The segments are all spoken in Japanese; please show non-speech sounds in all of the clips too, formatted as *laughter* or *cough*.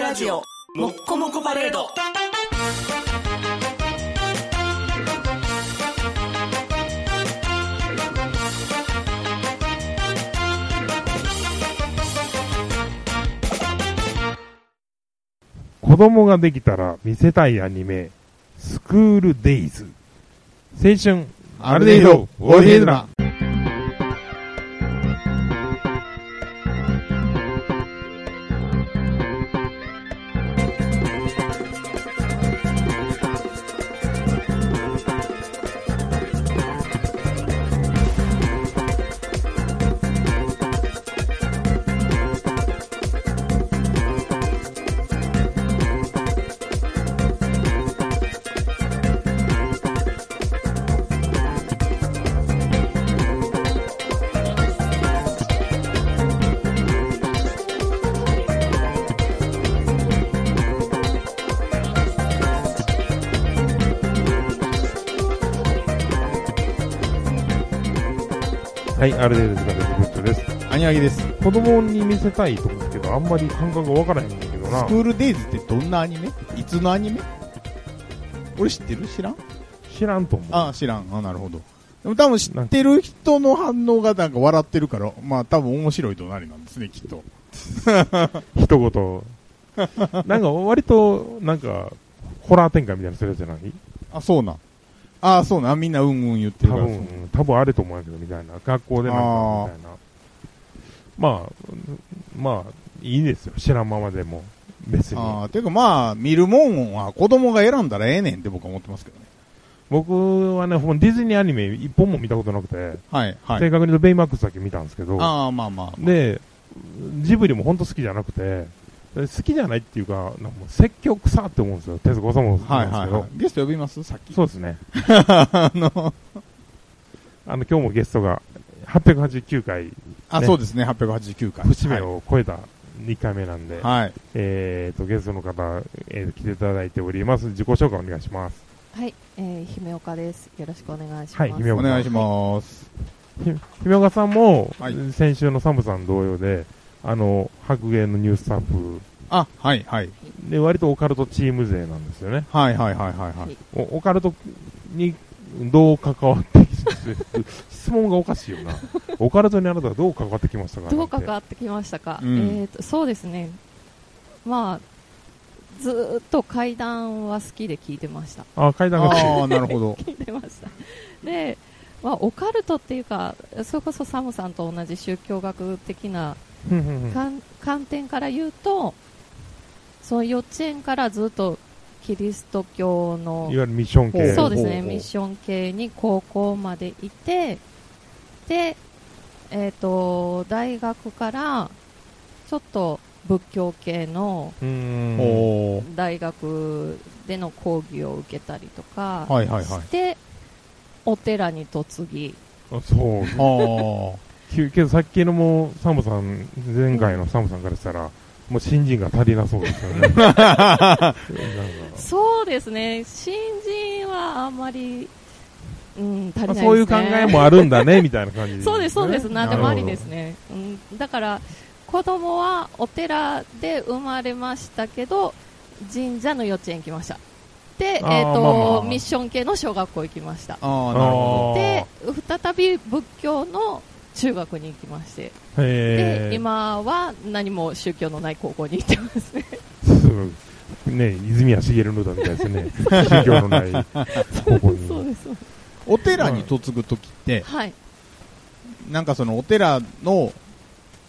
ラジオもっこもこパレード子供ができたら見せたいアニメ、スクールデイズ。青春、あれでいいよ、おいでいいな。はい、あれでいいですが、ブッチョです。アニアギです。ス子供に見せたいと思うけど、あんまり感覚がわからへんねんだけどクな。ールデイズってどんなアニメいつのアニメ俺知ってる知らん知らんと思う。ああ、知らん。あなるほど。でも多分知ってる人の反応がなんか笑ってるから、まあ多分面白い隣なんですね、きっと。一言。なんか、割と、なんか、ホラー展開みたいなのするやつじゃないあ、そうなん。ああ、そうなん。みんなうんうん言って多るから。そう分、多分あれと思うんやけど、みたいな。学校でなんか、みたいな。まあ、まあ、いいですよ。知らんままでも。別に。ああ、てかまあ、見るもんは子供が選んだらええねんって僕は思ってますけどね。僕はね、ほんディズニーアニメ一本も見たことなくて、はい、は正確にい。言うとベイマックスだけ見たんですけど、ああ、まあまあ。で、ジブリも本当好きじゃなくて、好きじゃないっていうか、なんかもう説教臭って思うんですよ。徹子さんもそうないは、んですはけい、ど。はい。ゲスト呼びますさっき。そうですね。 *laughs* あの、あの、今日もゲストが889回、あ、ねそうですね、889回。節目を超えた2回目なんで、はい。はい。えーと、ゲストの方、えー来ていただいております。自己紹介お願いします。はい、えー、姫岡です。よろしくお願いします。はい姫お岡願いします。ひ姫岡さんも、はい先週のサムさん同様で、あの、白芸のニュースタッフ、あ、はい、はい。で、割とオカルトチーム勢なんですよね。はい、はい、はい、はい。はいおオカルトにどう関わって *laughs* きた質問がおかしいよな。オカルトにあなたはどう関わってきましたかどうな関んてわってきましたか、うんえーと、そうですね。まあ、ずーっと怪談は好きで聞いてました。 *laughs* あ、階段があ好あ、なるほど。聞いてました。で、まあ、オカルトっていうか、それこそサムさんと同じ宗教学的なき。うんうんうんかん観点から言うと、その幼稚園からずっとキリスト教 *laughs* いのわゆるミッション系。そうですほうね、ほうミッション系に高校までいて、で、えっ、と、大学から、ちょっと仏教系のうーん。 *laughs* おお。大学での講義を受けたりとかはいはいはいして、お寺に嫁ぎ、あそう。あきゅけどさっきのも、サムさん、前回のサムさんからしたら、もう新人が足りなそう *laughs* ですよね。なんかそうですね、新人はあんまり、うん、あ足りないですね。そういう考えもあるんだね、みたいな感じ、そうです、そうです、なんでもありですね。ね。うん、だから、子供はお寺で生まれましたけど、神社の幼稚園行きました。で、えっ、あーと、まあまあミッション系の小学校行きました。あああ、なるほで、再び仏教の中学に行きまして、ーへで、ー今は何も宗教のない高校に行ってますね。すごいね泉谷茂の歌みたいですね。 *laughs* 宗教のない、ここに。 *laughs* そうです。そうですど。お寺に嫁ぐときって、はい。なんかそのお寺の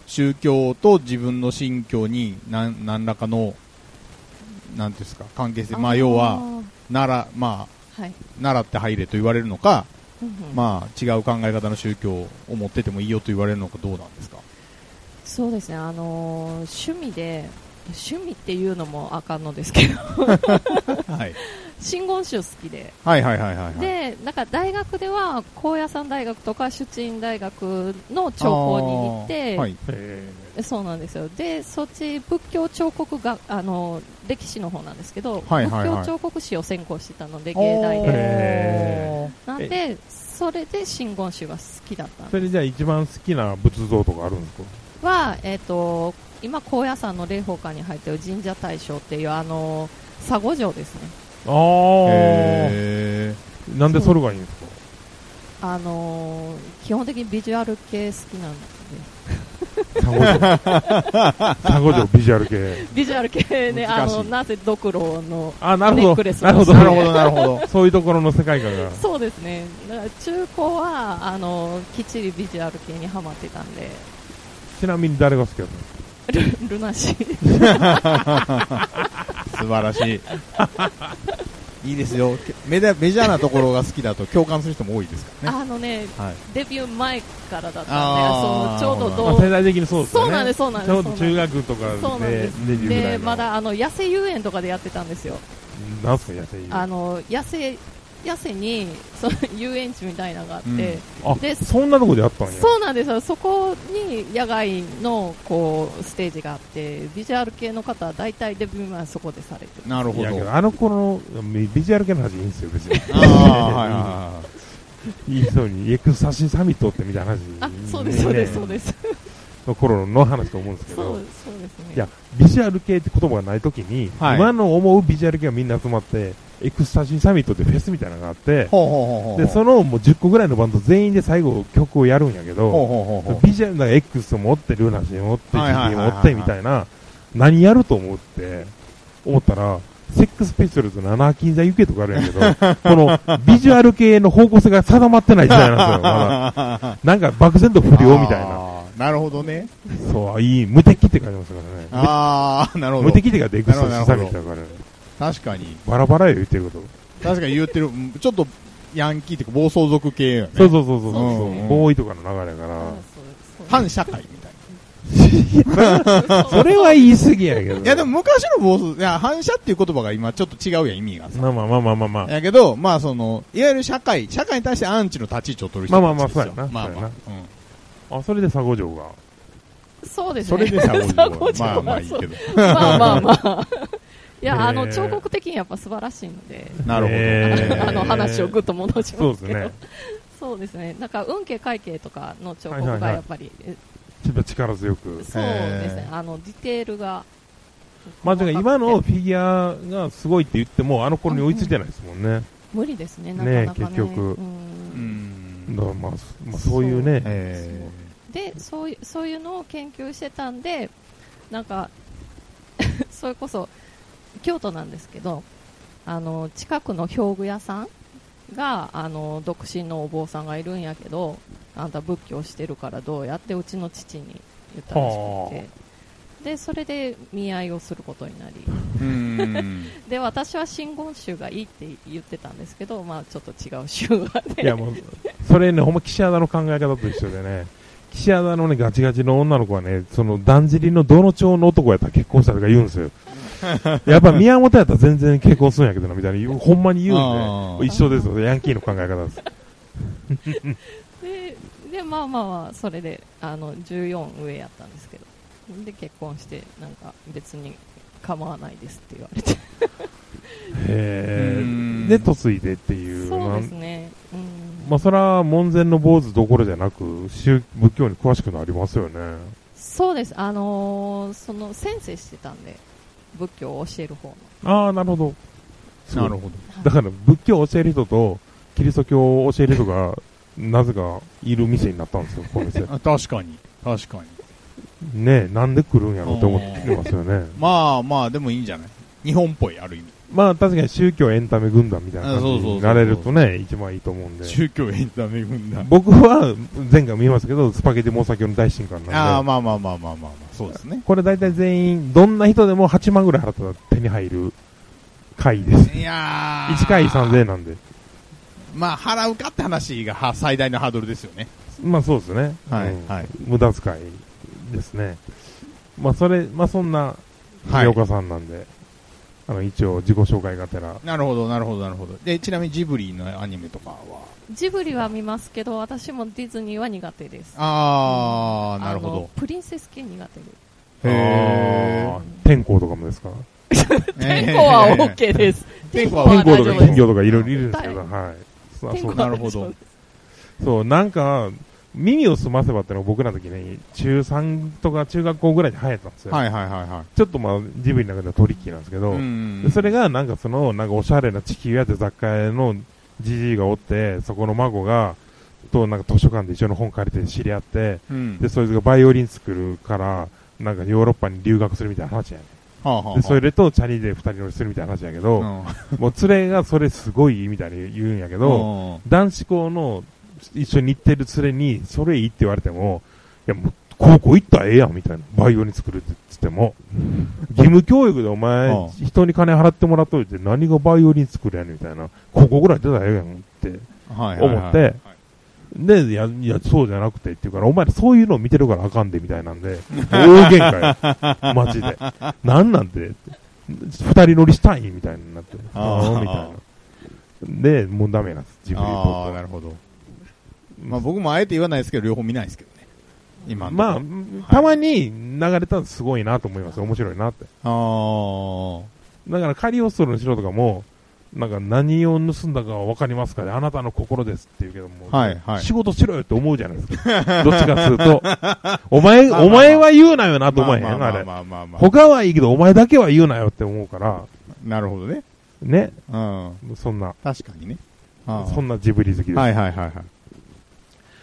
宗教と自分の信教に何何らかの、なんていうんですか、関係性。まあ要は、奈良、まあ、あー、はい。奈良って入れと言われるのか、うんうんまあ違う考え方の宗教を持っててもいいよと言われるのかどうなんですかそうですね、あのー趣味で、趣味っていうのもあかんのですけど、はい。真言宗好きで、はいはいはいはいはい。で、なんか大学では、高野山大学とか、出鎮大学の長考に行っあーて、はい。へそうなんですよ。で、そっち、仏教彫刻が、あのー歴史の方なんですけど、はいはいはい仏教彫刻史を専攻してたので、芸大おーで。へなんで、それで真言宗が好きだったんーでそれじゃあ一番好きな仏像とかあるんですかは、えっと今、高野山の霊宝館に入っている神社大将っていうあの佐護城ですねあー。へなんでそれがいいんです *laughs* かあのー基本的にビジュアル系好きなんでサゴ城。サゴ城ビジュアル系。ビジュアル系ねあ難しいのなぜドクロのあ、なネるッほクど。レスをなるほど。ーなるほど、なるほど。 *laughs* そういうところの世界観が。そうですねだから中高はあのきっちりビジュアル系にはまってたんでちなみに誰が好きだっルルナシー素晴らしい。 *laughs* いいですよ。メジャーメジャーなところが好きだと共感する人も多いですからね。あのねはい。デビュー前からだったんあーでそのちょうどたまどあ世代的にそうですよね。そうなんですそうなんですちょうど中学とそうかなんでデでビューうぐらいでのま。だあの野生遊園とかでやってたんですよなんすか、野生遊園あの野生野生にその遊園地みたいなのがあって、うんあでそんなとこであったんや。そうなんですよ、そこに野外のこうステージがあって、ビジュアル系の方は大体デビューはそこでされてる。なるいほど。やけどああの頃のビジュアル系の話いいんですよ、別に。あー、はいはいいはい。いそうに、エクサシサミットってみたいな話。あそうです、そうです、そうす。です、 *laughs* の頃の話と思うんですけそうど。そうですね。いや、ビジュアル系って言葉がないときに、はい今の思うビジュアル系がみんな集まって、エクスタシーサミットってフェスみたいなのがあって、ほうほうほうほう。で、その、のもう10個ぐらいのバンド全員で最後曲をやるんやけほうど、ほうほうほう。ビジュアル、なんか X 持って、ルナシー持って、はいはい GD はい持はいってみたいな、何やると思うって、思ったら、セックスピストルズ7金座行けとかあるんやけど、 *laughs* このビジュアル系の方向性が定まってない時代なんですよ、まだ。なんか漠然と不良みたいな。あー。なるほどね。そう、いい、無敵って書いてますからね。ああ、なるほ無ど。敵って書いてエクスタシーサミットだからね。確かに。バラバラよ言ってること。確かに言ってる、うんちょっとヤンキーっていうか暴走族系よね。そうそうそうそうそう、うんうんボーイとかの流れやかあら。そうそう反社会みたいそれは言い過ぎやけど。な。いやでも昔の暴走、いや反社っていう言葉が今ちょっと違うやん、意味がさ。まあまあまあまあまあまあ。やけど、まあその、いわゆる社会、社会に対してアンチの立ち位置を取る人まあまあまあたちですよそうやなまあまあ。あ、それで佐護 *laughs* 城が。 *laughs* そうでうんすそれね。で *laughs* さ、五条まはあまあいいけど。まあまあまあ。いや、あへの、ー彫刻的にやっぱ素晴らしいので、なるへーあの話をぐっと戻しそうまですすけどね。。そうですね。なんか、運慶会計とかの彫刻はいはいはがいやっぱり、えちょっと力強く。そうですへね。ーあの、ディテールが。まあ、てか今細のかくてフィギュアがすごいって言っても、あの頃に追いついてないですもんね。無理ですね、なかねえなかね。結局うほど。うんん。だからまあ、まあ、そういうね。えでそういそういうのを研究してたんでなんか *laughs* それこそ京都なんですけどあの近くの表具屋さんがあの独身のお坊さんがいるんやけどあんた仏教してるからどうやってうちの父に言ったらしはくてでそれで見合いをすることになりーうん。で私は真言宗がいいって言ってたんですけど、まあ、ちょっと違う宗がいやねもう、それね、ほんま岸和田の考え方と一緒でね、岸和田のね、ガチガチの女の子はね、その、だんじりのどの町の男やったら結婚したとか言うんですよ。やっぱ宮本やったら全然結婚するんやけどな、みたいに言う、ほんまに言うんあーで、一緒ですよ、ヤンキーの考え方です。ででまあまあまあそれであの14上やったんですけどで結婚してなんか別に構わないですって言われてへうーんで、嫁いでっていう。そうですなんねうん、まあ、それは門前の坊主どころじゃなく、宗仏教に詳しくなりますよね。そうですあのーその先生してたんで仏教を教える方のああ、なるほど。なるほど。だから仏教を教える人と、キリスト教を教える人が、 *laughs* なぜかいる店になったんですよ、この *laughs* 店。あ確かに。確かに。ねえ、なんで来るんやろうって思ってますよね。まあまあ、でもいいんじゃない日本っぽい、ある意味。まあ確かに宗教エンタメ軍団みたいな感じあそうそうそうになれるとね、一番いいと思うんで。宗教エンタメ軍団。僕は前回も言いましたけど、スパゲティ猛作教の大進館あなあ、んで、まあまあまあまあまあまあ、そうですね。これ大体全員、どんな人でも8万ぐらい払ったら手に入る会です。いやー。 1回3000円なんで。まあ、払うかって話がは最大のハードルですよね。まあそうですね。うんはい。無駄遣いですね。まあそれ、まあそんな、はい平岡さんなんで、あの一応自己紹介がてら、なるほど、なるほど、なるほど。で、ちなみにジブリのアニメとかはジブリは見ますけど私もディズニーは苦手ですあー、なるあほのプリンセス系苦手ですあど。ー天候とかもですか天候は OK です天候は天天候候とはか金大丈夫です魚とかいろいろいるんですけど、ははい。そう天そ候うはなるほど大丈夫ですそう、なんか、耳を澄ませばってのが僕らの時に、中3とか中学校ぐらいに流行ったんですよ。はいはいはいはちょっとまあ、ジブリの中ではトリッキーなんですけい。ど、んでそれがなんかその、なんかおしゃれな地球やって雑貨屋のじじいがおって、そこの孫が、となんか図書館で一緒の本借りて知り合って、うん、で、そいつがバイオリン作るから、なんかヨーロッパに留学するみたいな話やねはあはあはあで、それとチャリで二人乗りするみたいな話やけうど、んもう連れがそれすごいいいみたいに言うんやけうど、ん男子校の一緒に行ってる連れに、それいいって言われても、いやもう、高校行ったらええやんみたいな。バイオリン作るって言っても、義務教育でおうん前、人に金払ってもらっといて何がバイオリン作るやねんみたいな。高校ぐらい出たらええやんってはいはいはい思って、で、いや、いや、そうじゃなくてっていうから、お前らそういうのを見てるからあかんでみたいなんで、大喧嘩 *laughs* よ。マジで。なんなんて、二人乗りしたいみたいになって、あーあーみたいな。で、もうダメなんです、ジブリ僕ああ、なるほど。まあ僕もあえて言わないですけど、両方見ないですけどね。今のまとこあ、たまに流れたらすごいなと思います。面白いなって。ろだからカリオストロの城とかも、なんか何を盗んだかは分かりますかねあなたの心ですって言うけども、はいはい仕事しろよって思うじゃないです *laughs* か。どっちかすると。お前、お前は言うなよあなー。と思えへん、まあまああまあれ。まあまあまあ。他はいいけど、お前だけは言うなよって思うから、なるほどね。ね。うん。そんな、確かにね。あそんなジブリ好きです。あはいはいはいは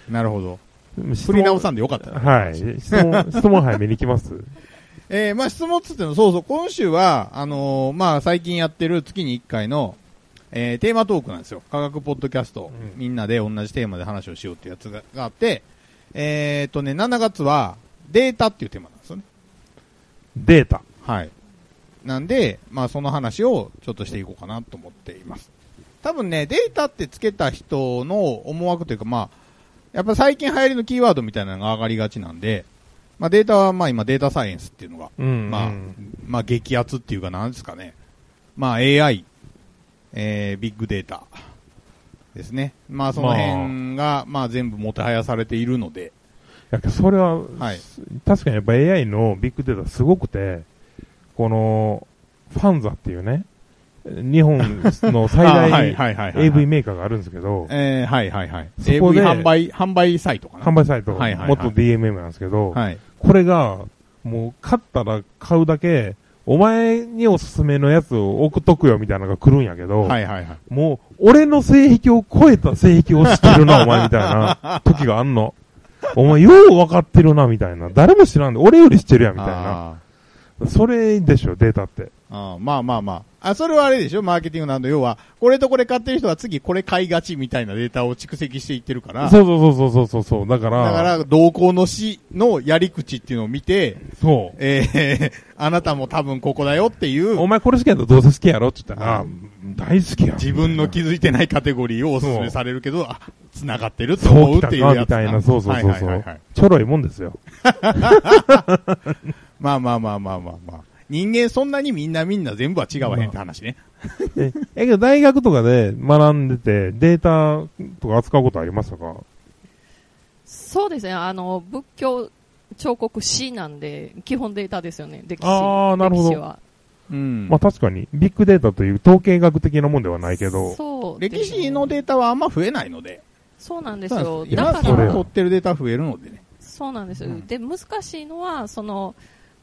い。なるほど。質振問り直さんでよかったな。はい。質問、質問早めに行きます。えー、まあ質問っつっての、そうそう、今週は、あのーまあ最近やってる月に1回の、えー、テーマトークなんですよ。科学ポッドキャスト、うんみんなで同じテーマで話をしようってやつががあって、えーっとね、7月はデータっていうテーマなんですよね。データ。はい。なんで、まあその話をちょっとしていこうかなと思っています。多分ね、データってつけた人の思惑というか、まあ、やっぱ最近流行りのキーワードみたいなのが上がりがちなんで、まあデータはまあ今データサイエンスっていうのが、うんまあ、まあ激アツっていうかなんですかね。まあ AI、えー、ビッグデータですね。まあその辺が、まあ全部もてはやされているので、いやそれは、はい確かにやっぱ AI のビッグデータすごくて、この、ファンザっていうね、日本の最 *laughs* あは大いはいはいはいはい AV メーカーがあるんですけど、えー、はいはいはい。そ AV こで販売、販売サイトかな。販売サイト、はいはいはい元 DMM なんですけど、はい。これが、もう買ったら買うだけ、お前におすすめのやつを送っとくよみたいなのが来るんやけど、はいはいはい。もう、俺の性癖を超えた性癖を知ってる *laughs* な、お前みたいな時があんの。お前、よう分かってるな、みたいな。誰も知らんで、俺より知ってるやん、みたいな。あーそれでしょ、データって。あーまあまあまあ。あ、それはあれでしょマーケティングなんで、要は、これとこれ買ってる人は次これ買いがちみたいなデータを蓄積していってるから、そうそうそうそうそうそう。だから、だから、同行の死のやり口っていうのを見て、そ。えー、 *laughs* あなたも多分ここだよっていうおう、前これ好きやったらどうせ好きやろって言ったら、うあ大好きやん。自分の気みづいてないカテゴリーをお勧めされるけど、あ、繋がってると思うってそいううきたかやつみたいなそうそうそうそうはいはいはいはいたいなちょろいもん *laughs* ですよ。まあまあまあまあまあまあ。人間そんなにみんなみんな全部は違わへんって話ね。え、えけど大学とかで学んでて、データとか扱うことありましたかそうですね、あの仏教彫刻史なんで、基本データですよね、歴史あーなるほど歴史はうんまあ確かに、ビッグデータという統計学的なもんではないけど、そうですね歴史のデータはあんま増えないので。そうなんですそうなんよ、です今だかそれらよ取ってるデータ増えるのでね。そうなんです、うんで難しいのはその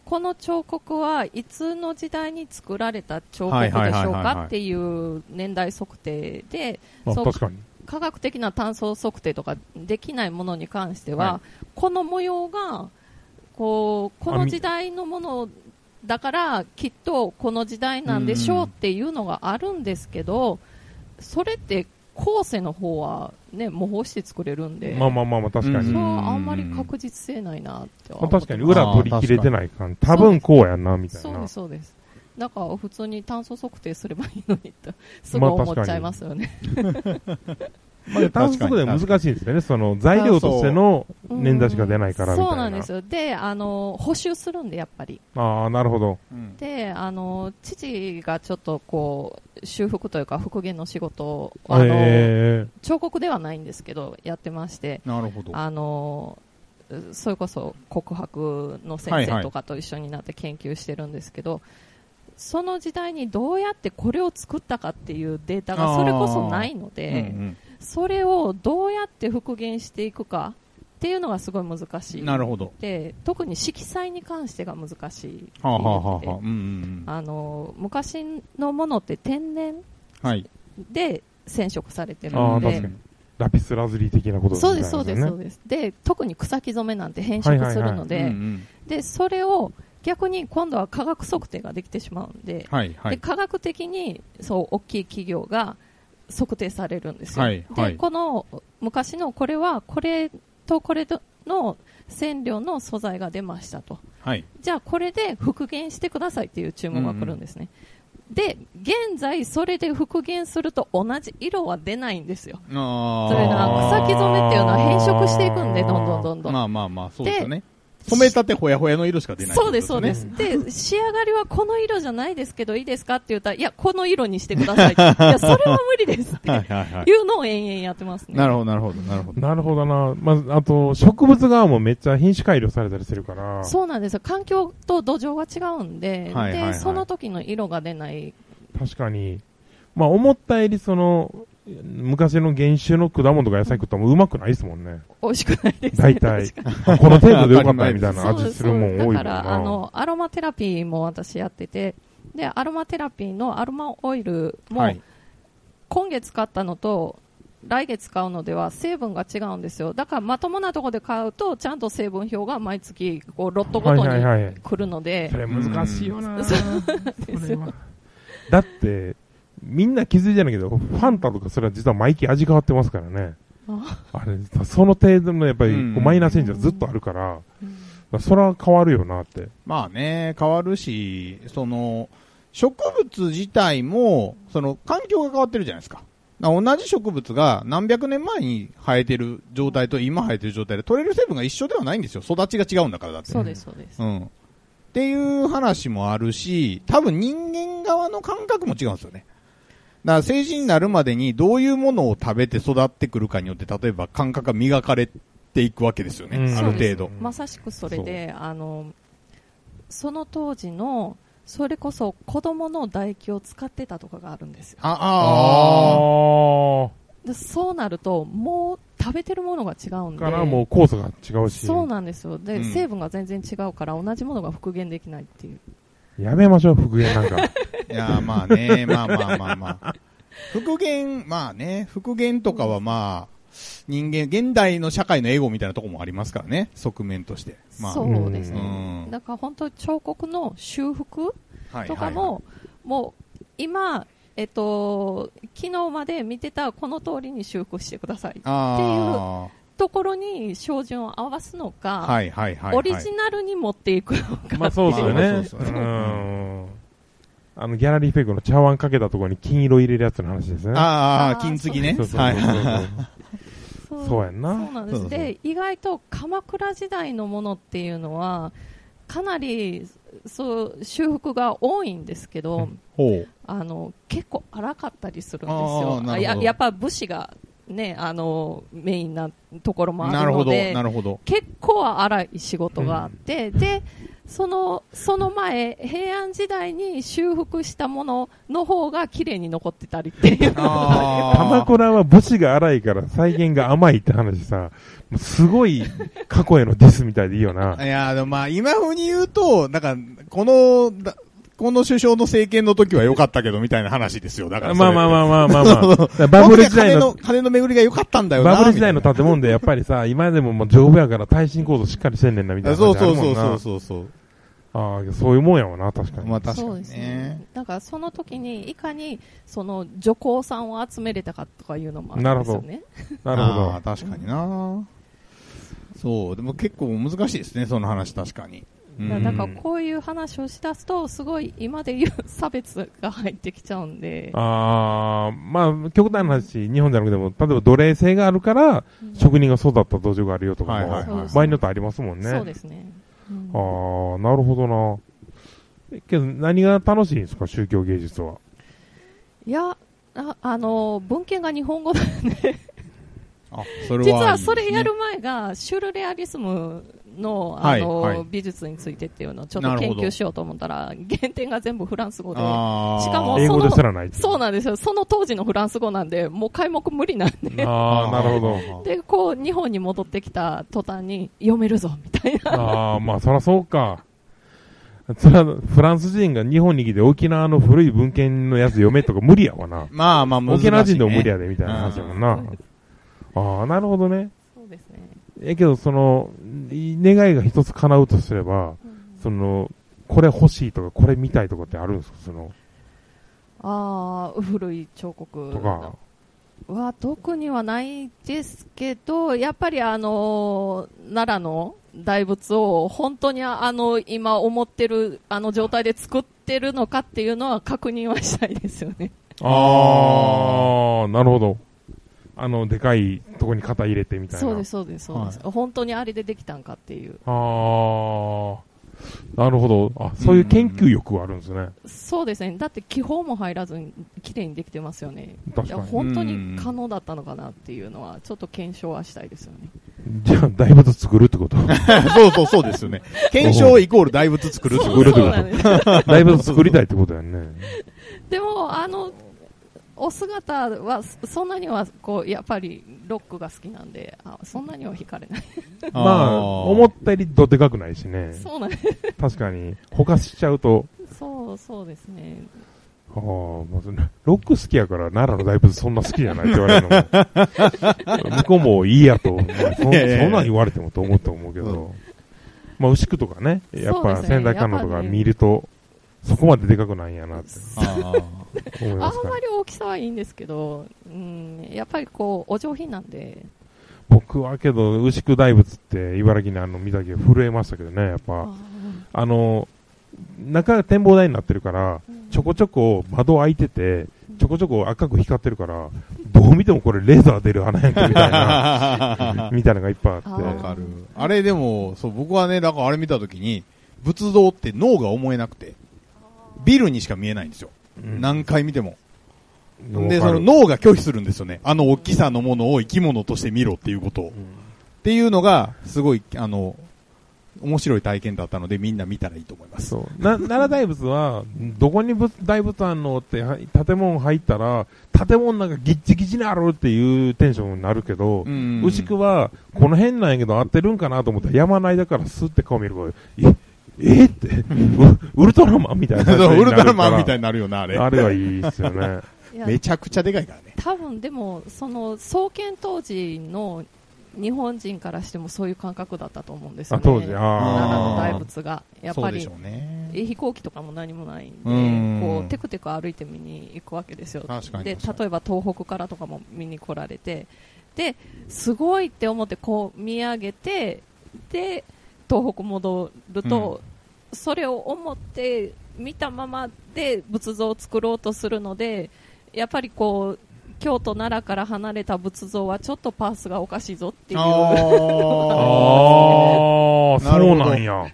この彫刻はいつの時代に作られた彫刻でしはいはいょうはいはいはいかっていう年代測定であそう確かに。科学的な単相測定とかできないものに関しては、はこの模様がこうこあのみ時代のものだからきっとこの時代なんでしうんょううんっていうのがあるんですけどそれって後世の方は、ね、模倣して作れるんで、まあまあまあまあ確かうに。それまはあんまり確実性ないなってはあ思っ確てかに裏取り切れてない感じ。多分こうやんな、みたいそうでなす。そうですだから普通に炭素測定すればいいのにとすごい思っちゃいますよね、まあ、単速では難しいんですよね。その材料としての年代しか出ないからみたいな。そうなんですよであの補修するんでやっぱりああ、なるほど。うんであの父がちょっとこう修復というか復元の仕事をあの、え彫刻ではないんですけどやってましてなるほど。あのうそれこそ告白の先生とかと一緒になって研究してるんですけど、その時代にどうやってこれを作ったかっていうデータがそれこそないのうで、んうんそれをどうやって復元していくかっていうのがすごい難しいなるほど。で特に色彩に関してが難しいっていうはあ、はあのはあで、はあ、うんうんあの昔のものって天然うん。はい。で染色されてるあのー確でかにラピスラズリ的なことそうですそうですねそうですで特に草木染めなんて変色するのうんうでん、でそれを逆に今度は化学測定ができてしまうんではいはでい。科学的にそう大きい企業が測定されるんですよ、はいはいでこの昔のこれはこれとこれとの染料の素材が出ましたとはい。じゃあこれで復元してくださいっていう注文が来るんですね、で現在それで復元すると同じ色は出ないんですよあそれあ。が草木染めっていうのは変色していくんでどんどんどんどん、まあまあまあ、そうですよね。染めたてほやほやの色しか出ない、そうです、そうねで。す。で、仕上がりはこの色じゃないですけど、いいですかって言ったら、いや、この色にしてく *laughs* ださいって。いや、それは無理ですってはいはいはいい。うのを延々やってますね。なるほど、なるほど、なるほど。なるほどな。まず、あと、植物側もめっちゃ品種改良されたりするから。そうなんですよ。環境と土壌が違うんで、はいはいはいで、その時の色が出ない。確かに。まあ、思ったより、その、昔の原種の果物とか野菜食ったらもううまくないですもんね。美味しくないです、ね。。大体 *laughs* 確かにあこの程度でよかったみたいなそう味するもん多いもんだから、あな。の、アロマテラピーも私やってて、で、アロマテラピーのアロマオイルも、はい。今月買ったのと来月買うのでは成分が違うんですよだからまともなところで買うとちゃんと成分表が毎月こうロットごとはいにはいはい来るのでそれ難しいよな。うんそれは *laughs* だって、みんな気づいてないけど、ファンタとかそれは実は毎期味変わってますからね。ああれ、その程度のやっぱりこううんマイナス印象ずっとあるから、それは変わるよなって。まあね、変わるし、その、植物自体も、その、環境が変わってるじゃないですか。な同じ植物が何百年前に生えてる状態と今生えてる状態で取れる成分が一緒ではないんですよ。育ちが違うんだからだって。そうですそうですうん。っていう話もあるし、多分人間側の感覚も違うんですよね。だから成人になるまでにどういうものを食べて育ってくるかによって、例えば感覚が磨かれていくわけですよね。うんある程度。まさしくそれであのその当時のそれこそ子供の唾液を使ってたとかがあるんですよああー。あでそうなるともう食べてるものが違うんーでからもう酵素が違うし。そうなんですよで、うん成分が全然違うから同じものが復元できないっていうやめましょう、復元なんか。 *laughs* いや、まあね、まあまあまあまあ。復元、まあね、復元とかはまあ、人間、現代の社会のエゴみたいなところもありますからね、側面として。まあ、そうですね、うんだから本当彫刻の修復はいとかも、、もう今、えっと、昨日まで見てたこの通りに修復してくださいあところに照準を合わすのか、あ。はいはいはい、はい。オリジナルに持っていくのか、まあそうですよまあね。そううですよねん。あの、ギャラリーフェイクの茶碗かけたところに金色入れるやつの話ですね。あーあー、あー金継ぎね。そうそうはそうい。そう。そそうやんなそうなんですそうそうで意外と鎌倉時代のものっていうのはかなりそう修復が多いんですけど、ほう。あの結構荒かったりするんですあーなるほよどあややっぱ武士が、ね、あのメインなところ *laughs* もあなるるほのど、でなるほど。結構荒い仕事があって、でそのその前平安時代に修復したものの方が綺麗に残ってたりっていう *laughs* あ鎌倉は武士が荒いから再現が甘いって話さ、もうすごい過去へのディスみたいでいいよな。いや、でもまあ、今風に言うと、なんか、この、だこの首相の政権の時は良かったけど、みたいな話ですよ。だからそまれあって。まあまあまあまあまあ。だから僕バブル時代がの金、金の巡りが良かったんだよな。バブル時代のみたい建物でやっぱりさ、今でももう丈夫やから耐震構造しっかりしてんねんなみたいななそ感うじあるもそうんな。そうそうそうそう。ああ、そういうもんやわな、確かに。まあ確そかうでにすね。だからその時にいかにその女工さんを集めれたかとかいうのもあなるるんですほよどね。なるほあどー。確かにな。そう、でも結構難しいですね、その話確かに。うだからんなんかこういう話をしだすとすごい今で言う差別が入ってきちゃうんで。ああ、まあ、極端な話、日本じゃなくても、例えば奴隷制があるから、うん職人が育った土壌があるよとかはいはいそうでも、す場合によってありますもんね。そうですね。うんああ、なるほどな。えけど、何が楽しいんですか、宗教芸術は。 *laughs* いやああの文献が日本語なんでああ、それはいいですね実はそれやる前がシュルレアリスムのあの、はいはい美術についてっていうのをちょっなとる研ほど究しようと思ったら原点が全部フランス語であーしかも英語ですらないっていそうなんですよその当時のフランス語なんでもう開目無理なんでああ、なるほど。ど。でこう日本に戻ってきた途端に読めるぞみたいなああ、まあ、そらそうか。そら、フランス人が日本に来て沖縄の古い文献のやつ読めとか無理やわな。まあまあ難しい、ね。沖縄人でも無理やで、みたいな話やもんな。ああ、なるほどね。そうですね、えけど、その、い願いが一つ叶うとすれば、その、これ欲しいとか、これ見たいとかってあるんですかその、ああ古い彫刻とか。は特にはないですけど、やっぱりあの奈良の大仏を本当にあの今思ってるあの状態で作ってるのかっていうのは確認はしたいですよね。ああ、なるほど。あの、でかいとこに肩入れてみたいな。そうです、そうです、そうです、本当にあれでできたんかっていう、ああ、なるほど。あ、そういう研究欲はあるんですね。そうですね、だって気泡も入らずに綺麗にできてますよね。確いかやに。本当に可能だったのかなっていうのは、ちょっと検証はしたいですよね。じゃあ、大仏作るって *laughs* こと *laughs* そうそうそうですよね。検証イコール大仏作るってそこうとそうなんです大仏作りたいってことやんね。でも、あの、お姿は、そそんなには、こう、やっぱり、ロックが好きなんで、あそんなには惹かれない。まあ、思ったよりどでかくないしね。そうなんで確かに。ほかしちゃうと、す。そう、そうですね。ああ、まずね、ロック好きやから、奈良の大仏そんな好きじゃないって言われるのも。*laughs* 向こうもいいやと、まあそんそんいやいやいやなん言われてもと思うと思うけうど、まあ、牛久とかね、やっぱそうですね仙台観音とやっかぱね見ると、そこまででかくないんやなってあー思いあまんすからまり大きさはいいんですけど、うん、やっぱりこう、お上品なんで、僕はけど、牛久大仏って茨城のあの見たけど震えましたけどね、やっぱ。あの、中が展望台になってるから、ちょこちょこ窓開いてて、ちょこちょこ赤く光ってるから、どう見てもこれレーザー出る花やんかみたいな。みたいなのがいっぱいああっわて。かる。あれでも、そう、僕はね、だからあれ見たときに、仏像って脳が思えなくて、ビルにしか見えないんですよ。うん何回見ても。わかで、るその脳が拒否するんですよね。あの大きさのものを生き物として見ろっていうことを。っていうのが、すごい、あの、面白い体験だったので、みんな見たらいいと思います。そう。な、奈良大仏は、どこに仏大仏あんのって、は建物入ったら、建物なんかギッチギチにあるっていうテンションになるけど、ん牛久は、この辺なんやけど合ってるんかなと思ったら山ないだからスッて顔見るから、え、えって、ウウルトラマンみたいな感じにな *laughs* そうるから。ウルトラマンみたな。いになるよな、あれ。あれはいいですよ *laughs* ね。いやめちゃくちゃでかいからね。多分でも、その、創建当時の日本人からしてもそういう感覚だったと思うんですよあね。当時、奈良ああ。の大仏が。やっそぱうでりしょうね。え飛行機とかも何もないんで、うんこうテクテク歩いて見に行くわけですよ確かにで確かに例えば東北からとかも見に来られてですごいって思ってこう見上げてで東北戻ると、それを思って見たままで仏像を作ろうとするのでやっぱりこう京都、奈良から離れた仏像はちょっとパースがおかしいぞっていうああーあ、なるそうほどなんや。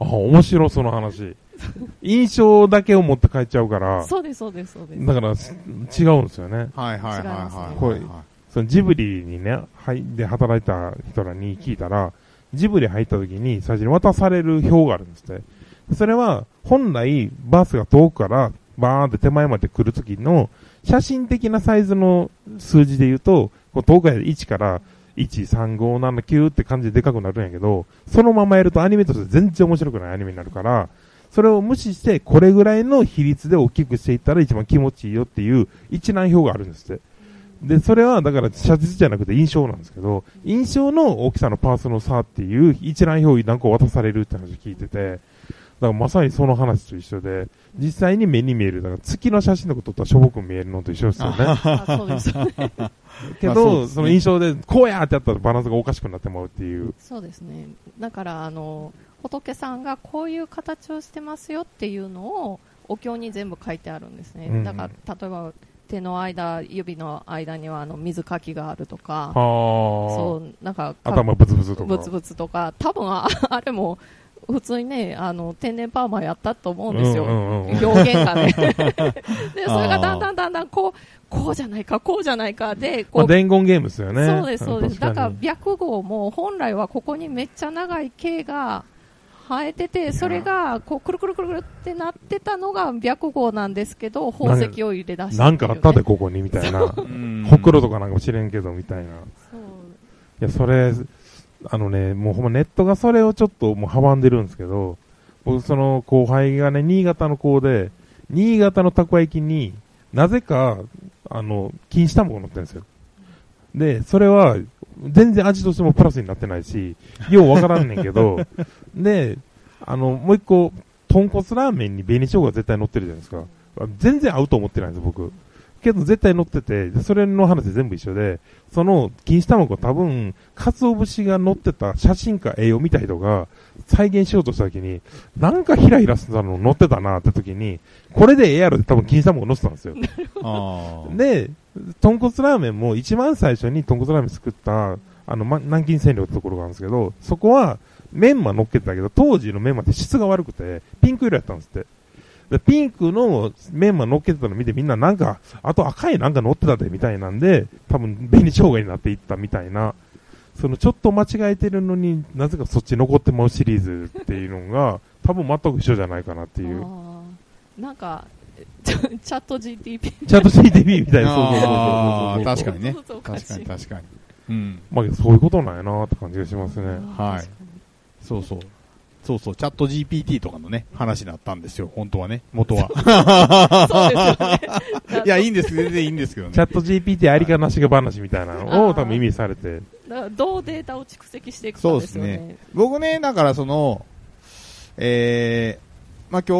あ、面白いその話。印象だけを持って帰っちゃうから、そうです、そうです、そう *laughs* です。だからす違うんですよね。はいはいはいこはれいはそのジブリにね、はい、で働いた人らに聞いたら、ジブリ入った時に最初に渡される表があるんですって。それは、本来、バスが遠くから、バーンって手前まで来る時の、写真的なサイズの数字で言うと、こう遠くから1から、13579って感じででかくなるんやけど、そのままやるとアニメとして全然面白くないアニメになるから、それを無視して、これぐらいの比率で大きくしていったら一番気持ちいいよっていう一覧表があるんですって。で、それはだから写実じゃなくて印象なんですけど、印象の大きさのパーツの差っていう一覧表なんかを渡されるって話聞いてて、だからまさにその話と一緒で、実際に目に見える、だから月の写真とか撮ったらしょぼく見えるのと一緒ですよね。あそうですけど、まあそうでそすねの印象で、こうやってやったらバランスがおかしくなってもらうっていう。そうですね。だから、あの、仏さんがこういう形をしてますよっていうのを、お経に全部書いてあるんですね。うんだから、例えば、手の間、指の間には、あの、水かきがあるとか、はそう、なんか、あ。頭ブツブツとか。 *laughs* ブツブツとか、多分あ、あれも、普通にね、あの、天然パーマやったと思うんですよ。うんうんうんうん表現が *laughs* ね。で、それがだんだんだんだん、こう、こうじゃないか、こうじゃないかで、こまう、あ、伝言ゲームですよね。そうです、そうです。だ確から、か白号も、本来はここにめっちゃ長い毛が生えてて、それが、こう、くるくるくるくるってなってたのが白号なんですけど、宝石を入れ出して、に。なんかあったで、。ここに、みたいな。うんほくろとかなんかもしれんけど、みたいな。いそうや、それ、あのね、もうほんまネットがそれをちょっともう阻んでるんですけど、僕その後輩がね、新潟の子で、新潟のたこ焼きに、なぜか、あの、禁止卵乗ってるんですよ。で、それは、全然味としてもプラスになってないし、ようわからんねんけど、で、あの、もう一個、豚骨ラーメンに紅生姜絶対乗ってるじゃないですか。全然合うと思ってないんです、僕。けど絶対乗ってて、でそれの話全部一緒で、その錦糸卵多分、鰹節が乗ってた写真か栄養見た人が再現しようとした時に、なんかヒラヒラしたの乗ってたなって時に、これでええやろって多分錦糸卵乗ってたんですよ。あーで、豚骨ラーメンも一番最初に豚骨ラーメン作った、あの、ま、南京千両ってところがあるんですけど、そこはメンマ乗っけてたけど、当時のメンマって質が悪くて、ピンク色やったんですって。で、ピンクのメンマ乗っけてたの見てみんななんか、あと赤いなんか乗ってたで、みたいなんで、多分紅生姜になっていったみたいな、そのちょっと間違えてるのになぜかそっち残ってまうシリーズっていうのが、多分全く一緒じゃないかなっていう。あーなんか、チャチャット GTP ちゃんと CTV みたいな、そうそうそうそうあー確かにねそうそうおか確しかいに確かにうんまあ、そういうことなんやなって感じがしますね。はいそうそうそうそうチャット GPT とかのね話だったんですよ本当はね元はそうですよ *laughs* ね。いやいいんです全然いいんですけどねチャット GPT ありかなしが話みたいなのを多分意味されて。だからどうデータを蓄積していくかですそようね。僕ね、だからその、えー、まあ、今日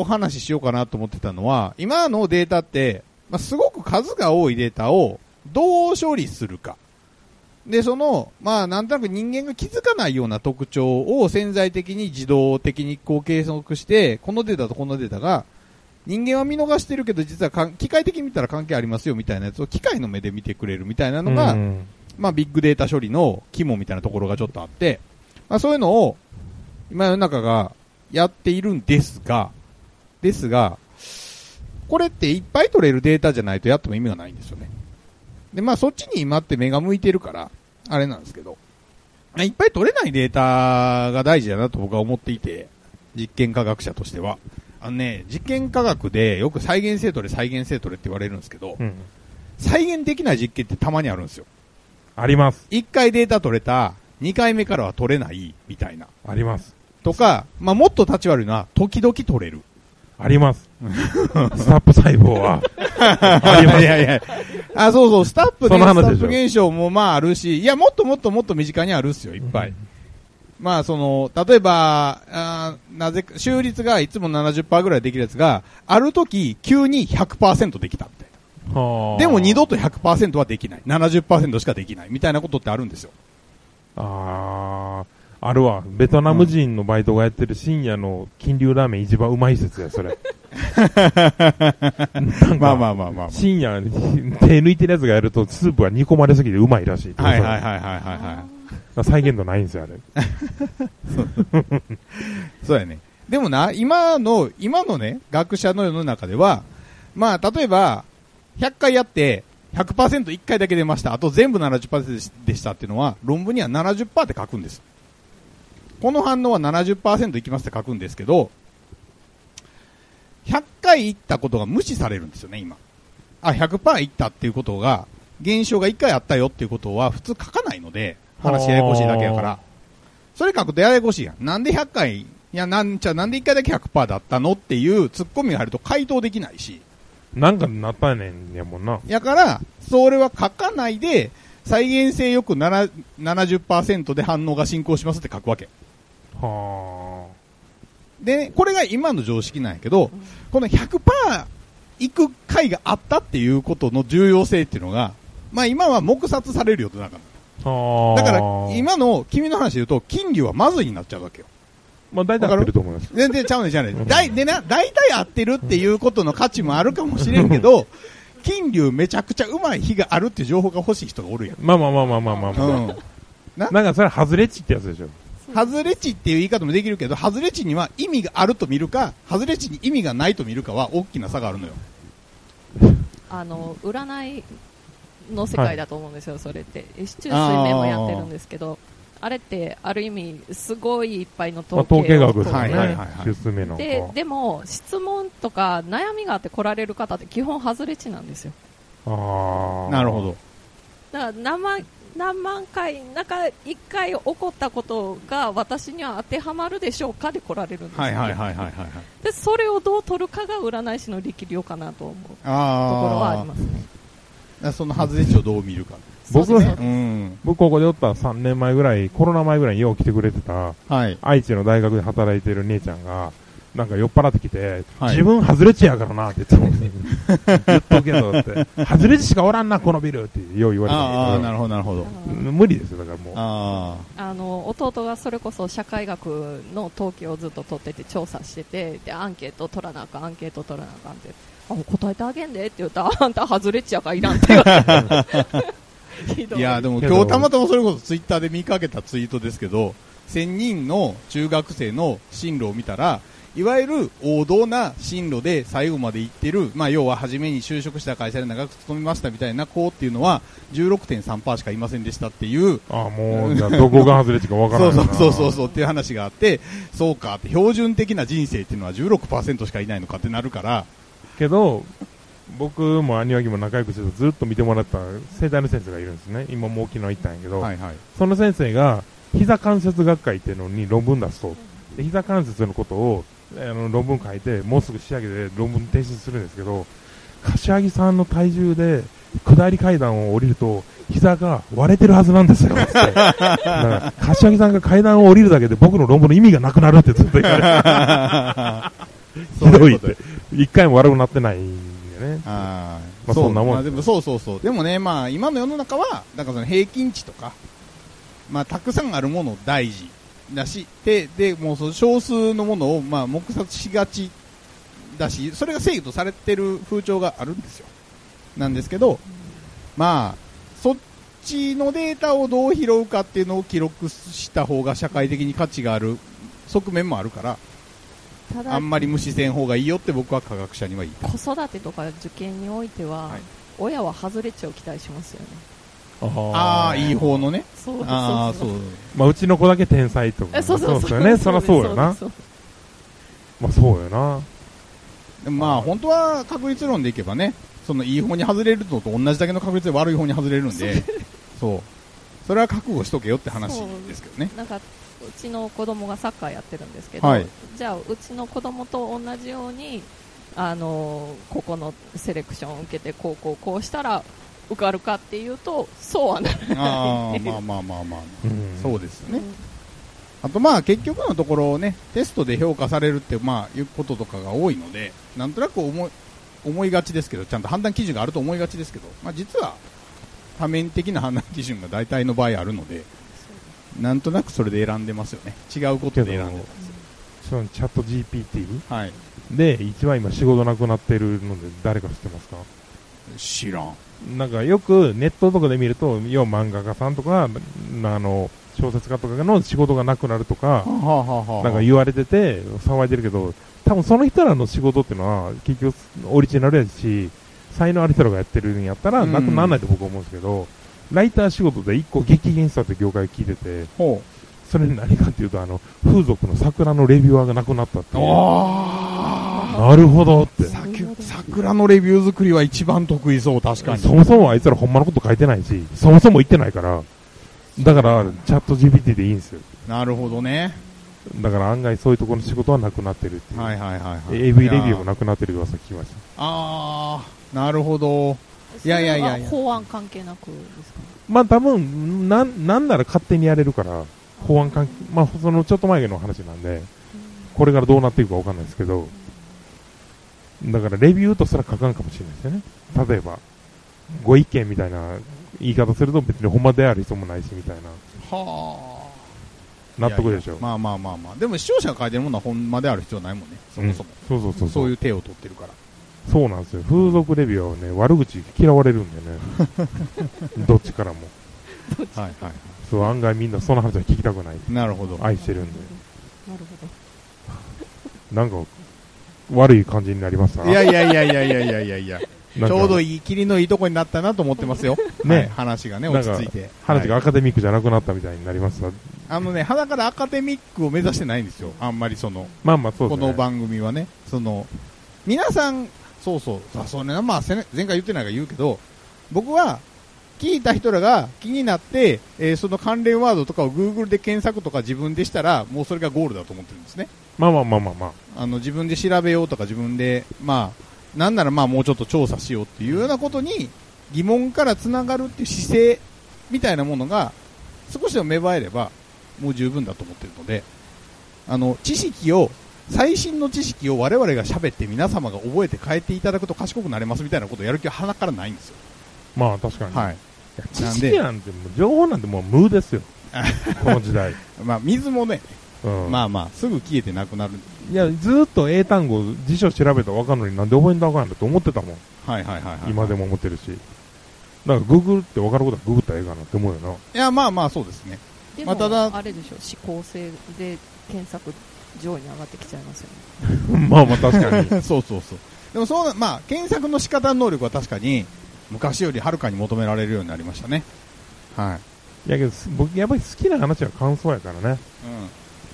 お話ししようかなと思ってたのは、今のデータって、まあ、すごく数が多いデータをどう処理するか。で、その、まあ、なんとなく人間が気づかないような特徴を潜在的に自動的にこう計測して、このデータとこのデータが、人間は見逃してるけど、実はかん機械的に見たら関係ありますよみたいなやつを機械の目で見てくれるみたいなのが、うんまあ、ビッグデータ処理の肝みたいなところがちょっとあって、まあ、そういうのを、今世の中がやっているんですが、ですが、これっていっぱい取れるデータじゃないとやっても意味がないんですよね。で、まあ、そっちに今って目が向いてるから、あれなんですけど、まあいっぱい取れないデータが大事だなと僕は思っていて、実験科学者としては。あのね、実験科学でよく再現性取れ、再現性取れって言われるんですけどう、ん再現できない実験ってたまにあるんですよ。あります。 1回データ取れた、2回目からは取れない、みたいな。あります。とか、まあ、もっと立ち悪いのは、時々取れる。あり *laughs* ます。スタップ細胞は。ありまい *laughs* す。やいやあ、そうそう、スタップそね、のス話タでしょップ現象もまああるし、いや、もっともっともっと身近にあるっすよ、いっぱい。まあ、その、例えば、あーなぜか、修率がいつも70%ぐらいできるやつが、ある時、急に100%できた、みたいな。はあでも二度と100%はできない。70%しかできない、みたいなことってあるんですよ。あーあるわ。ベトナム人のバイトがやってる深夜の金流ラーメン一番うまい説や、そ *laughs* れ。なんまあかまあまあまあま深夜、手抜いてるやつがやるとスープが煮込まれすぎてうまいらしい。あ。はいはいはいはいはいはい。再現度ないんですよ、あれ。そうやね。でもな、今の、今のね、学者の世の中では、まあ、例えば、100回やって、100%1 回だけ出ました。あと全部70%でしたっていうのは、論文には70%って書くんです。この反応は70%いきますって書くんですけど、100回いったことが無視されるんですよね、今。あ、100%いったっていうことが、現象が1回あったよっていうことは普通書かないので、話ややこしいだけやから。それ書くとややこしいやん。なんで100回、いや、なんちゃ、なんで1回だけ100%だったのっていうツッコミが入ると回答できないし。なんかなったねんやもんな。やから、それは書かないで、再現性よく7 70%で反応が進行しますって書くわけ。はで、ね、これが今の常識なんやけど、この100%行く回があったっていうことの重要性っていうのが、まあ今は黙殺されるよとなんか。あ。はあ。だから、、今の君の話で言うと、金流はまずいになっちゃうわけよ。まあ大体合ってると思います。全然ちゃうねんちゃうねん。だい、でな、大体合ってるっていうことの価値もあるかもしれんけ *laughs* ど、金流めちゃくちゃうまい日があるっていう情報が欲しい人がおるやん。まあまあまあまあまあまあ、まあうん。なんかそれは外れ値ってやつでしょ。そう外れ値っていう言い方もできるけど、外れ値には意味があると見るか、外れ値に意味がないと見るかは大きな差があるのよ。あの占いの世界だと思うんですよ、それって市中水面もやってるんですけどあれってある意味すごいいっぱいのまあ、統統計計を学ですよはいね。はいはいはい出世目の。ででも質問とか悩みがあって来られる方って基本外れ値なんですよああ。なるほ。ど。だから何万何万回なんか1回起こったことが私には当てはまるでしょうかで来られるんですよ、はいはいはいはいはい。でそれをどう取るかが占い師の力量かなと思うとこあろあ。はありますねその外れ値をどう見るか。僕そうですはうねん。僕ここでおった3年前ぐらい、コロナ前ぐらいによう来てくれてた、はい。愛知の大学で働いてる姉ちゃんが、なんか酔っ払ってきて、はい自分外れ値やからなって言ってたもんね言っとくけどって。外れ値しかおらんな、このビルってよう言われたんああ、だなるほどなるほど。あの無理ですよ、だからもう。ああの弟がそれこそ社会学の統計をずっと取ってて調査しててでアンケート取らなあかんアンケート取らなあかんってあ答えてあげんでって言ったらあんた外れちやからいらんって言わあ。れてひど *laughs* いいや、でも今日たまたまそれこそツイッターで見かけたツイートですけど、1000人の中学生の進路を見たら、いわゆる王道な進路で最後まで行ってる、まあ要は初めに就職した会社で長く勤めましたみたいな子っていうのは16.3%しかいませんでしたっていう、ああ、もう、じゃあ、どこが外れ値かわからそなういな。 *laughs* そうそうそうそうっていう話があって、そうかって、標準的な人生っていうのは16%しかいないのかってなるから、けど、僕も兄貴も仲良くしてたずっと見てもらった生体の先生がいるんですね。今もう沖縄行ったんやけど、はいはい。その先生が、膝関節学会っていうのに論文出すと。で膝関節のことを、あの、論文書いて、もうすぐ仕上げで論文提出するんですけど、柏木さんの体重で、下り階段を降りると、膝が割れてるはずなんですよ、つって。だから、柏木さんが階段を降りるだけで僕の論文の意味がなくなるってずっと言われてそうひどういこっとでて。一回も悪くなってないんでね。あまあそうそんなもんまあでもそうそうそう。でもね、まあ今の世の中は、なんかその平均値とか、まあたくさんあるもの大事だし、で、で、もうその少数のものをまあ黙殺しがちだし、それが正義とされてる風潮があるんですよ。なんですけど、まあ、そっちのデータをどう拾うかっていうのを記録した方が社会的に価値がある側面もあるから、たあだんまり無視せん方がいいよって僕は科学者には言いたい。子育てとか受験においては、はい親は外れ値を期待しますよねああ、いい方のね。 *laughs* そうああ、そう。まあ、うちの子だけ天才とか。えそうそでうそうすよね。そらそうよな。そうまあ、そうよな。でもまあ、本当は確率論でいけばね、そのいい方に外れるのと同じだけの確率で悪い方に外れるんで、そう。それは覚悟しとけよって話ですけどね。なんかうちの子供がサッカーやってるんですけど、はいじゃあうちの子供と同じようにあのーここのセレクションを受けてこうこうこうしたら受かるかっていうとそう *laughs* はなる、ああ、まあまあまあまあ、うんそうですよね。あとまあ、結局のところね、テストで評価されるって、まあ、いうこととかが多いので、なんとなく思い、思いがちですけど、ちゃんと判断基準があると思いがちですけど、まあ実は、多面的な判断基準が大体の場合あるので、なんとなくそれで選んでますよね。違うことで選んでます。そのチャット GPT はい。で、一番今仕事なくなってるので、誰か知ってますか知らん。なんかよくネットとかで見ると、要は漫画家さんとか、あの、小説家とかの仕事がなくなるとか、はあ、はあはあ、なんか言われてて、騒いでるけど、多分その人らの仕事っていうのは、結局オリジナルやし、才能ある人らがやってるんやったら、うんなくならないと僕は思うんですけど、ライター仕事で一個激減したって業界聞いてて、ほそれ何かっていうと、あの、風俗の桜のレビュアーがなくなったってう。いう。あなるほどって。あ。桜桜のレビュー作りは一番得意そう、確かに。そもそもあいつらほんまのこと書いてないし、そもそも言ってないから、だから、チャット GPT でいいんですよ。なるほどね。だから案外そういうところの仕事はなくなってるっていう。はいはいはい、はい。 AV レビューもいやーなくなってる噂聞きました。ああ、なるほど。いやいやいやいやそれは法案関係なくですかまあ多分、なん、なんなら勝手にやれるから、法案関係、まあそのちょっと前の話なんで、これからどうなっていくかわかんないですけど、だからレビューとすら書かんかもしれないですよね。例えば、ご意見みたいな言い方すると別にほんまである人もないしみたいはあ。な、納得でしょ。いやいやまあまあまあまあ。でも視聴者が書いてるものはほんまである必要ないもんね。そもそも。うんそうそうそう。そういう手を取ってるから。そうなんです *laughs* よ。風俗レビューはね、悪口嫌われるんでね。どっちからも。はいはそう、案外みんなその話は聞きたくない。い。なるほど。愛してるんで。なるほなんか、悪い感じになりますいやいやいやいやいやいやいやいや。ちちょうどいい。いい、霧のいいとこになったなと思ってますよ。ねはい話がね、落ち着いて。話がはいアカデミックじゃなくなったみたいになりますがあのね、鼻からアカデミックを目指してないんですよ。あんまりその、まあまあそうですこね。の番組はね。その、皆さん、そうそう、あそうね、まあ、せね前回言ってないから言うけど、僕は、聞いた人らが気になって、えーその関連ワードとかを Google で検索とか自分でしたら、もうそれがゴールだと思ってるんですね。まあまあまあまあまあ。あの自分で調べようとか自分で、まあ、なんならまあもうちょっと調査しようっていうようなことに疑問からつながるっていう姿勢みたいなものが少しでも芽生えればもう十分だと思ってるのであの知識を最新の知識を我々が喋って皆様が覚えて変えていただくと賢くなれますみたいなことをやる気は鼻からないんですよ。まあ確かに。いはい。や知なんで識なんて、もう情報なんてもう無です *laughs* よ。この時代。まあ水もね、うん。まあまあすぐ消えてなくなる。いや、ずーっと英単語、辞書調べたらわかるのになんで覚えんだあかんやろと思ってたもん。はいはいはい、はい。今でも思ってるし。なんかググってわかることはググったらええかなって思うよな。いやまあまあそうですね。ど。でまあただも、あれでしょ、思考性で検索上位に上がってきちゃいますよね。まあまあ確か *laughs* に。そうそうそう。でもそうな、まあ、検索の仕方の能力は確かに、昔よりはるかに求められるようになりましたね。はい。いやけど、す僕やっぱり好きな話は感想やからね。う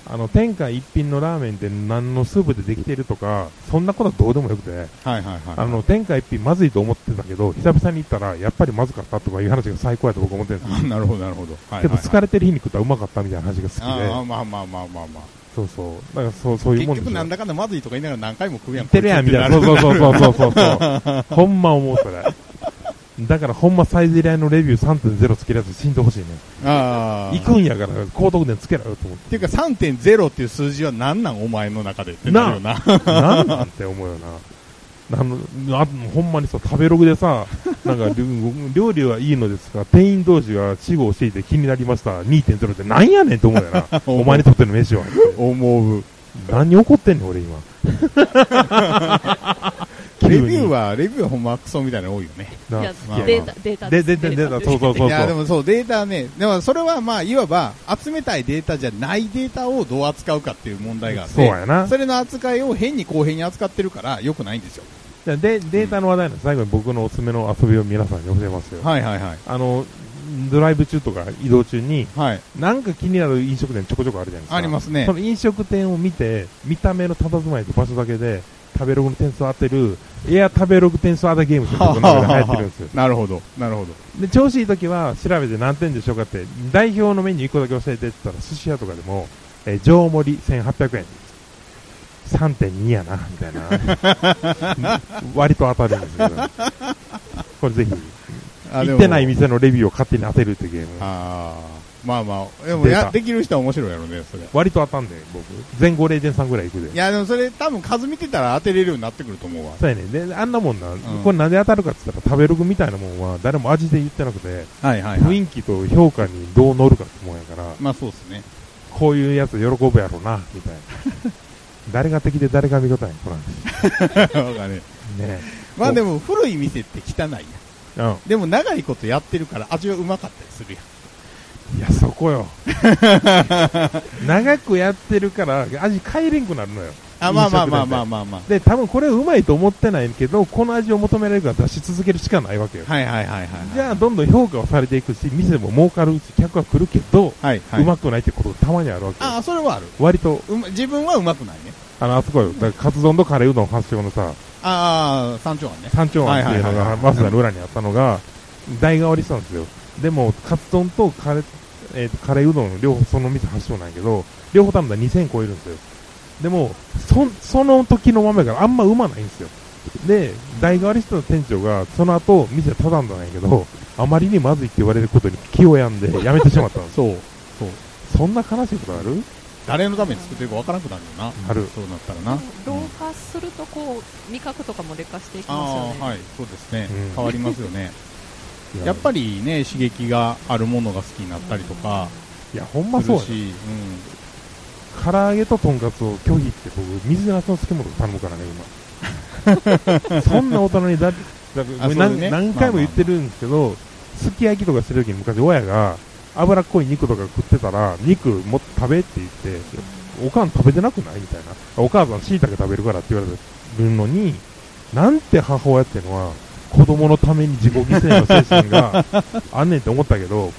あの、天下一品のラーメンって何のスープでできてるとか、そんなことはどうでもよくて、ん。はいはいはい。あの、天下一品まずいと思ってたけど、久々に行ったら、やっぱりまずかったとかいう話が最高やと僕思ってるんですよ。あ、 *laughs* なるほどなるほど。はいはいはい、けど疲れてる日に食ったらうまかったみたいな話があ好あ、まあまあまあまあまあ。きで、そうそう。だからそう、そういう結もんです局よ。なんだかんだまずいとか言いながら何回も食う言やん。ってるやんみたいな。こそうそうそうそうそう *laughs* そう。ほんま思うそれ。だからほんまサイズ以来のレビュー3.0つけるやつ死んでほしいね。いつってなる *laughs* ああ。行くんやから高得点つけろよと思っ。ってていうか3.0っていう数字は何なんお前の中でってなる *laughs* よな。なんなんて思うよな。あの、あほんまにさ、食べログでさ、なんか、料料理はいいのですが、店員同士が死後をしていて気になりました、2.0ってなんやねんと思うよ *laughs* な。お前にとっての飯は。思う。何怒ってんの俺 *laughs* 今。レビューは、レビューはほんまクソみたいなの多いよね。な。いやまあまあデータ、データで、すで、で、で、そうそうそういや、でそう。もそう、データね、でもそれはまあ、いわば、集めたいデータじゃないデータをどう扱うかっていう問題があって、そうやな。それの扱いを変に公平に扱ってるから、良くないんですよ。じゃあで、データの話題なんで最後に僕のおすすめの遊びを皆さんに教えますよ。はいはいはい。あの、ドライブ中とか移動中に、はい。なんか気になる飲食店ちょこちょこあるじゃないですか。ありますね。そ。の飲食店を見て、見た目の佇まいと場所だけで、食べログの点数を当てる、エア食べログ点数を当てるゲームって僕の中で流行ってるんですよ *laughs* なるほど。なるほど。で、調子いい時は調べて何点でしょうかって、代表のメニュー1個だけ教えてって言ったら、寿司屋とかでも、えー上盛り1800円。3.2やな、みたい *laughs* な。割と当たるんですけど。これぜひ、あ行ってない。でも店のレビューを勝手に当てるってゲーム。ああ。まあまあ、でもデータや、できる人は面白いやろね、それ。い割と当たんで、僕。全5 0.3ぐらい行くで。や、でもそれ多分数見てたら当てれるようになってくると思うわ。そうやねんで、あんなもんな、んこれなんで当たるかって言ったら食べログみたいなもんは誰も味で言ってなくて、はいは雰囲気と評価にどう乗るかってもんやから、まあそうですね。 *laughs* こういうやつ喜ぶやろな、みたいな。 *laughs* 誰が敵で誰が味方やん、こら。わかる。ねまあでも、古い店って汚いやん。うん。でも長いことやってるから味はうまかったりするやん。いや、そこよ。 *laughs* 長くやってるから味変えれんくなるのよ。あ、まあまあまあまあまあまあ。で、多分これうまいと思ってないけど、この味を求められるから出し続けるしかないわけよ。はいはいはいはい。じゃあ、どんどん評価をされていくし、店も儲かるし、客は来るけど、。あ、はいはいうまくないってことがたまにあるわけよ。ああ、それはある。割と、うま、自分はうまくないね。あの、あそこよ、だからカツ丼とカレーうどん発祥のさ、ああ、山頂庵ね。山頂庵っていうのはいはいはいはが、早い稲田の裏にあったのが、代替わりしたんですよ。でも、カツ丼とカレー、えーとカレーうどん、両方その店発祥なんやけど、両方多分2000超えるんですよ。でも、そ、その時の豆があんまうまないんですよ。で、代替わりした店長が、その後、店ただんだんやけど、あまりにまずいって言われることに気を病んで、やめてしまったんで *laughs* す。そう。そんな悲しいことある誰のために作ってるかわからなくなるよな。ある。そうなったらな。老化するとこう味覚とかも劣化していきまあすあ、よね。はい。そうですねうん。変わりますよね。やっぱりね、刺激があるものが好きになったりとか、いや、ほんますそうるやねし、唐揚げととんかつを拒否って僕水なすの漬物頼むからね今 *laughs* そんな大人にだだあそう何ね何回も言ってるんですけど、すき焼きとかしてる時に昔親が脂っこい肉とか食ってたら、肉もっと食べって言って、おかん食べてなくないみたいな。お母さん椎茸食べるからって言われるのに、なんて母親ってのは、子供のために自己犠牲の精神が *laughs* あんねんって思ったけど、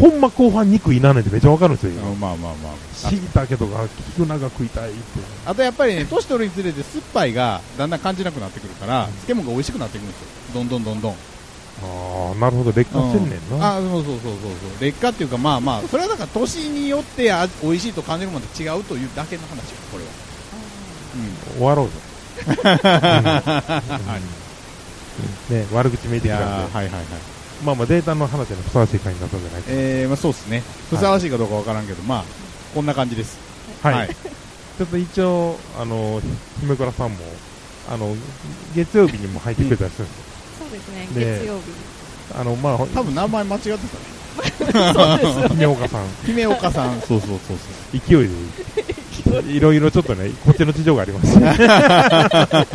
ほんま後半肉いなねんってめっちゃわかるんですよ、今。まあまあまあ。椎茸とか菊菜が食いたいって。あとやっぱりね、年取るにつれて酸っぱいがだんだん感じなくなってくるから、漬物が美味しくなってくるんですよ。どんどんどんどん。ああ、なるほど、劣化してんねんな。あそうそうそうそうそう。劣化っていうかまあまあ、それはだから年によってあ美味しいと感じるものと違うというだけの話よ、これは。終わろうぜ。うんね、悪口見えいてきやたーんで、はいはいはい。まあまあデータの話にふさわしい回になったんじゃないかえー、まあそうですね。ふさわしいかどうかわからんけど、まあ、こんな感じです。はい、ちょっと一応、あの、姫倉さんも、あの、月曜日にも入ってくれたりするんですよ。そうですね、で月曜日。あの、まあ、多分名前間違ってたね。そうです。姫岡さん、姫岡さん。 *laughs* そうそうそうそう。勢いで、 *laughs* いろいろちょっとね、こっちの事情がありまして。は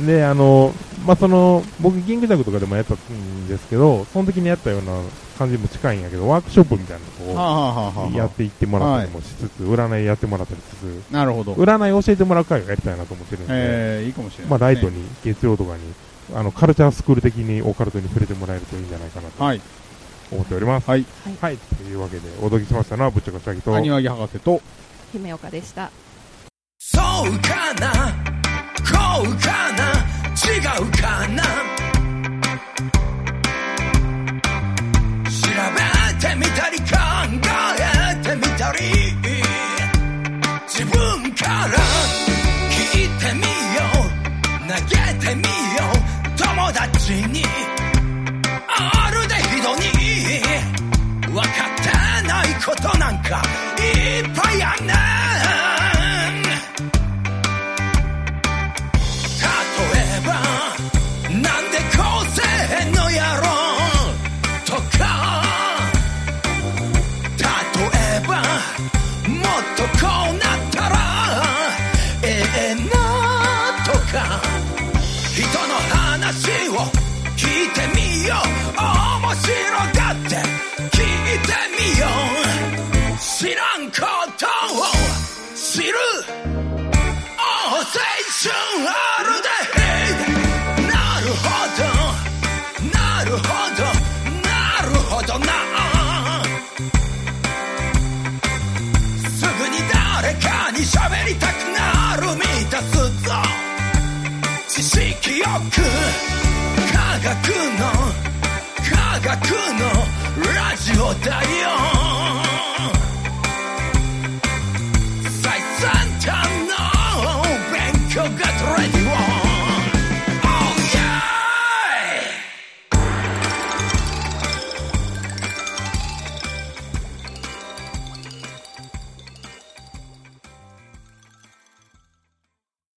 い。で、あの、まあ、その、僕、ギングジャグとかでもやったんですけど、その時にやったような感じも近いんやけど、ワークショップみたい *laughs* なのを、はあ、はあはあはあ、やっていってもらったりもしつつ、占いやってもらったりしつつ、なるほど。占い教えてもらう会をやりたいなと思ってるんで、えー、いいかもしれない、まあ、ライト。に、月曜とかに、あの、カルチャースクール的にオカルトに触れてもらえるといいんじゃないかなとはい。思っております。はい。はいはい、というわけで、お届けしましたのは、ぶっちゃかしゃぎと、谷脇博士と、姫岡でした。そうかなこうかな違うかな調べてみたり考えてみたり自分から聞いてみよう投げてみよう友達にあるでひどに分かってないことなんかいっぱいあんねん例えばなんでこうせえへんのやろとか例えばもっとこうなったらええなとか人の話を聞いてみよう面白がって聞いてみよう知らんことを知る青春あるでなるほどなるほどなるほどなすぐに誰かに喋りたくなる満たすぞ知識よく科学の科学のラジオだよ Oh, Oh,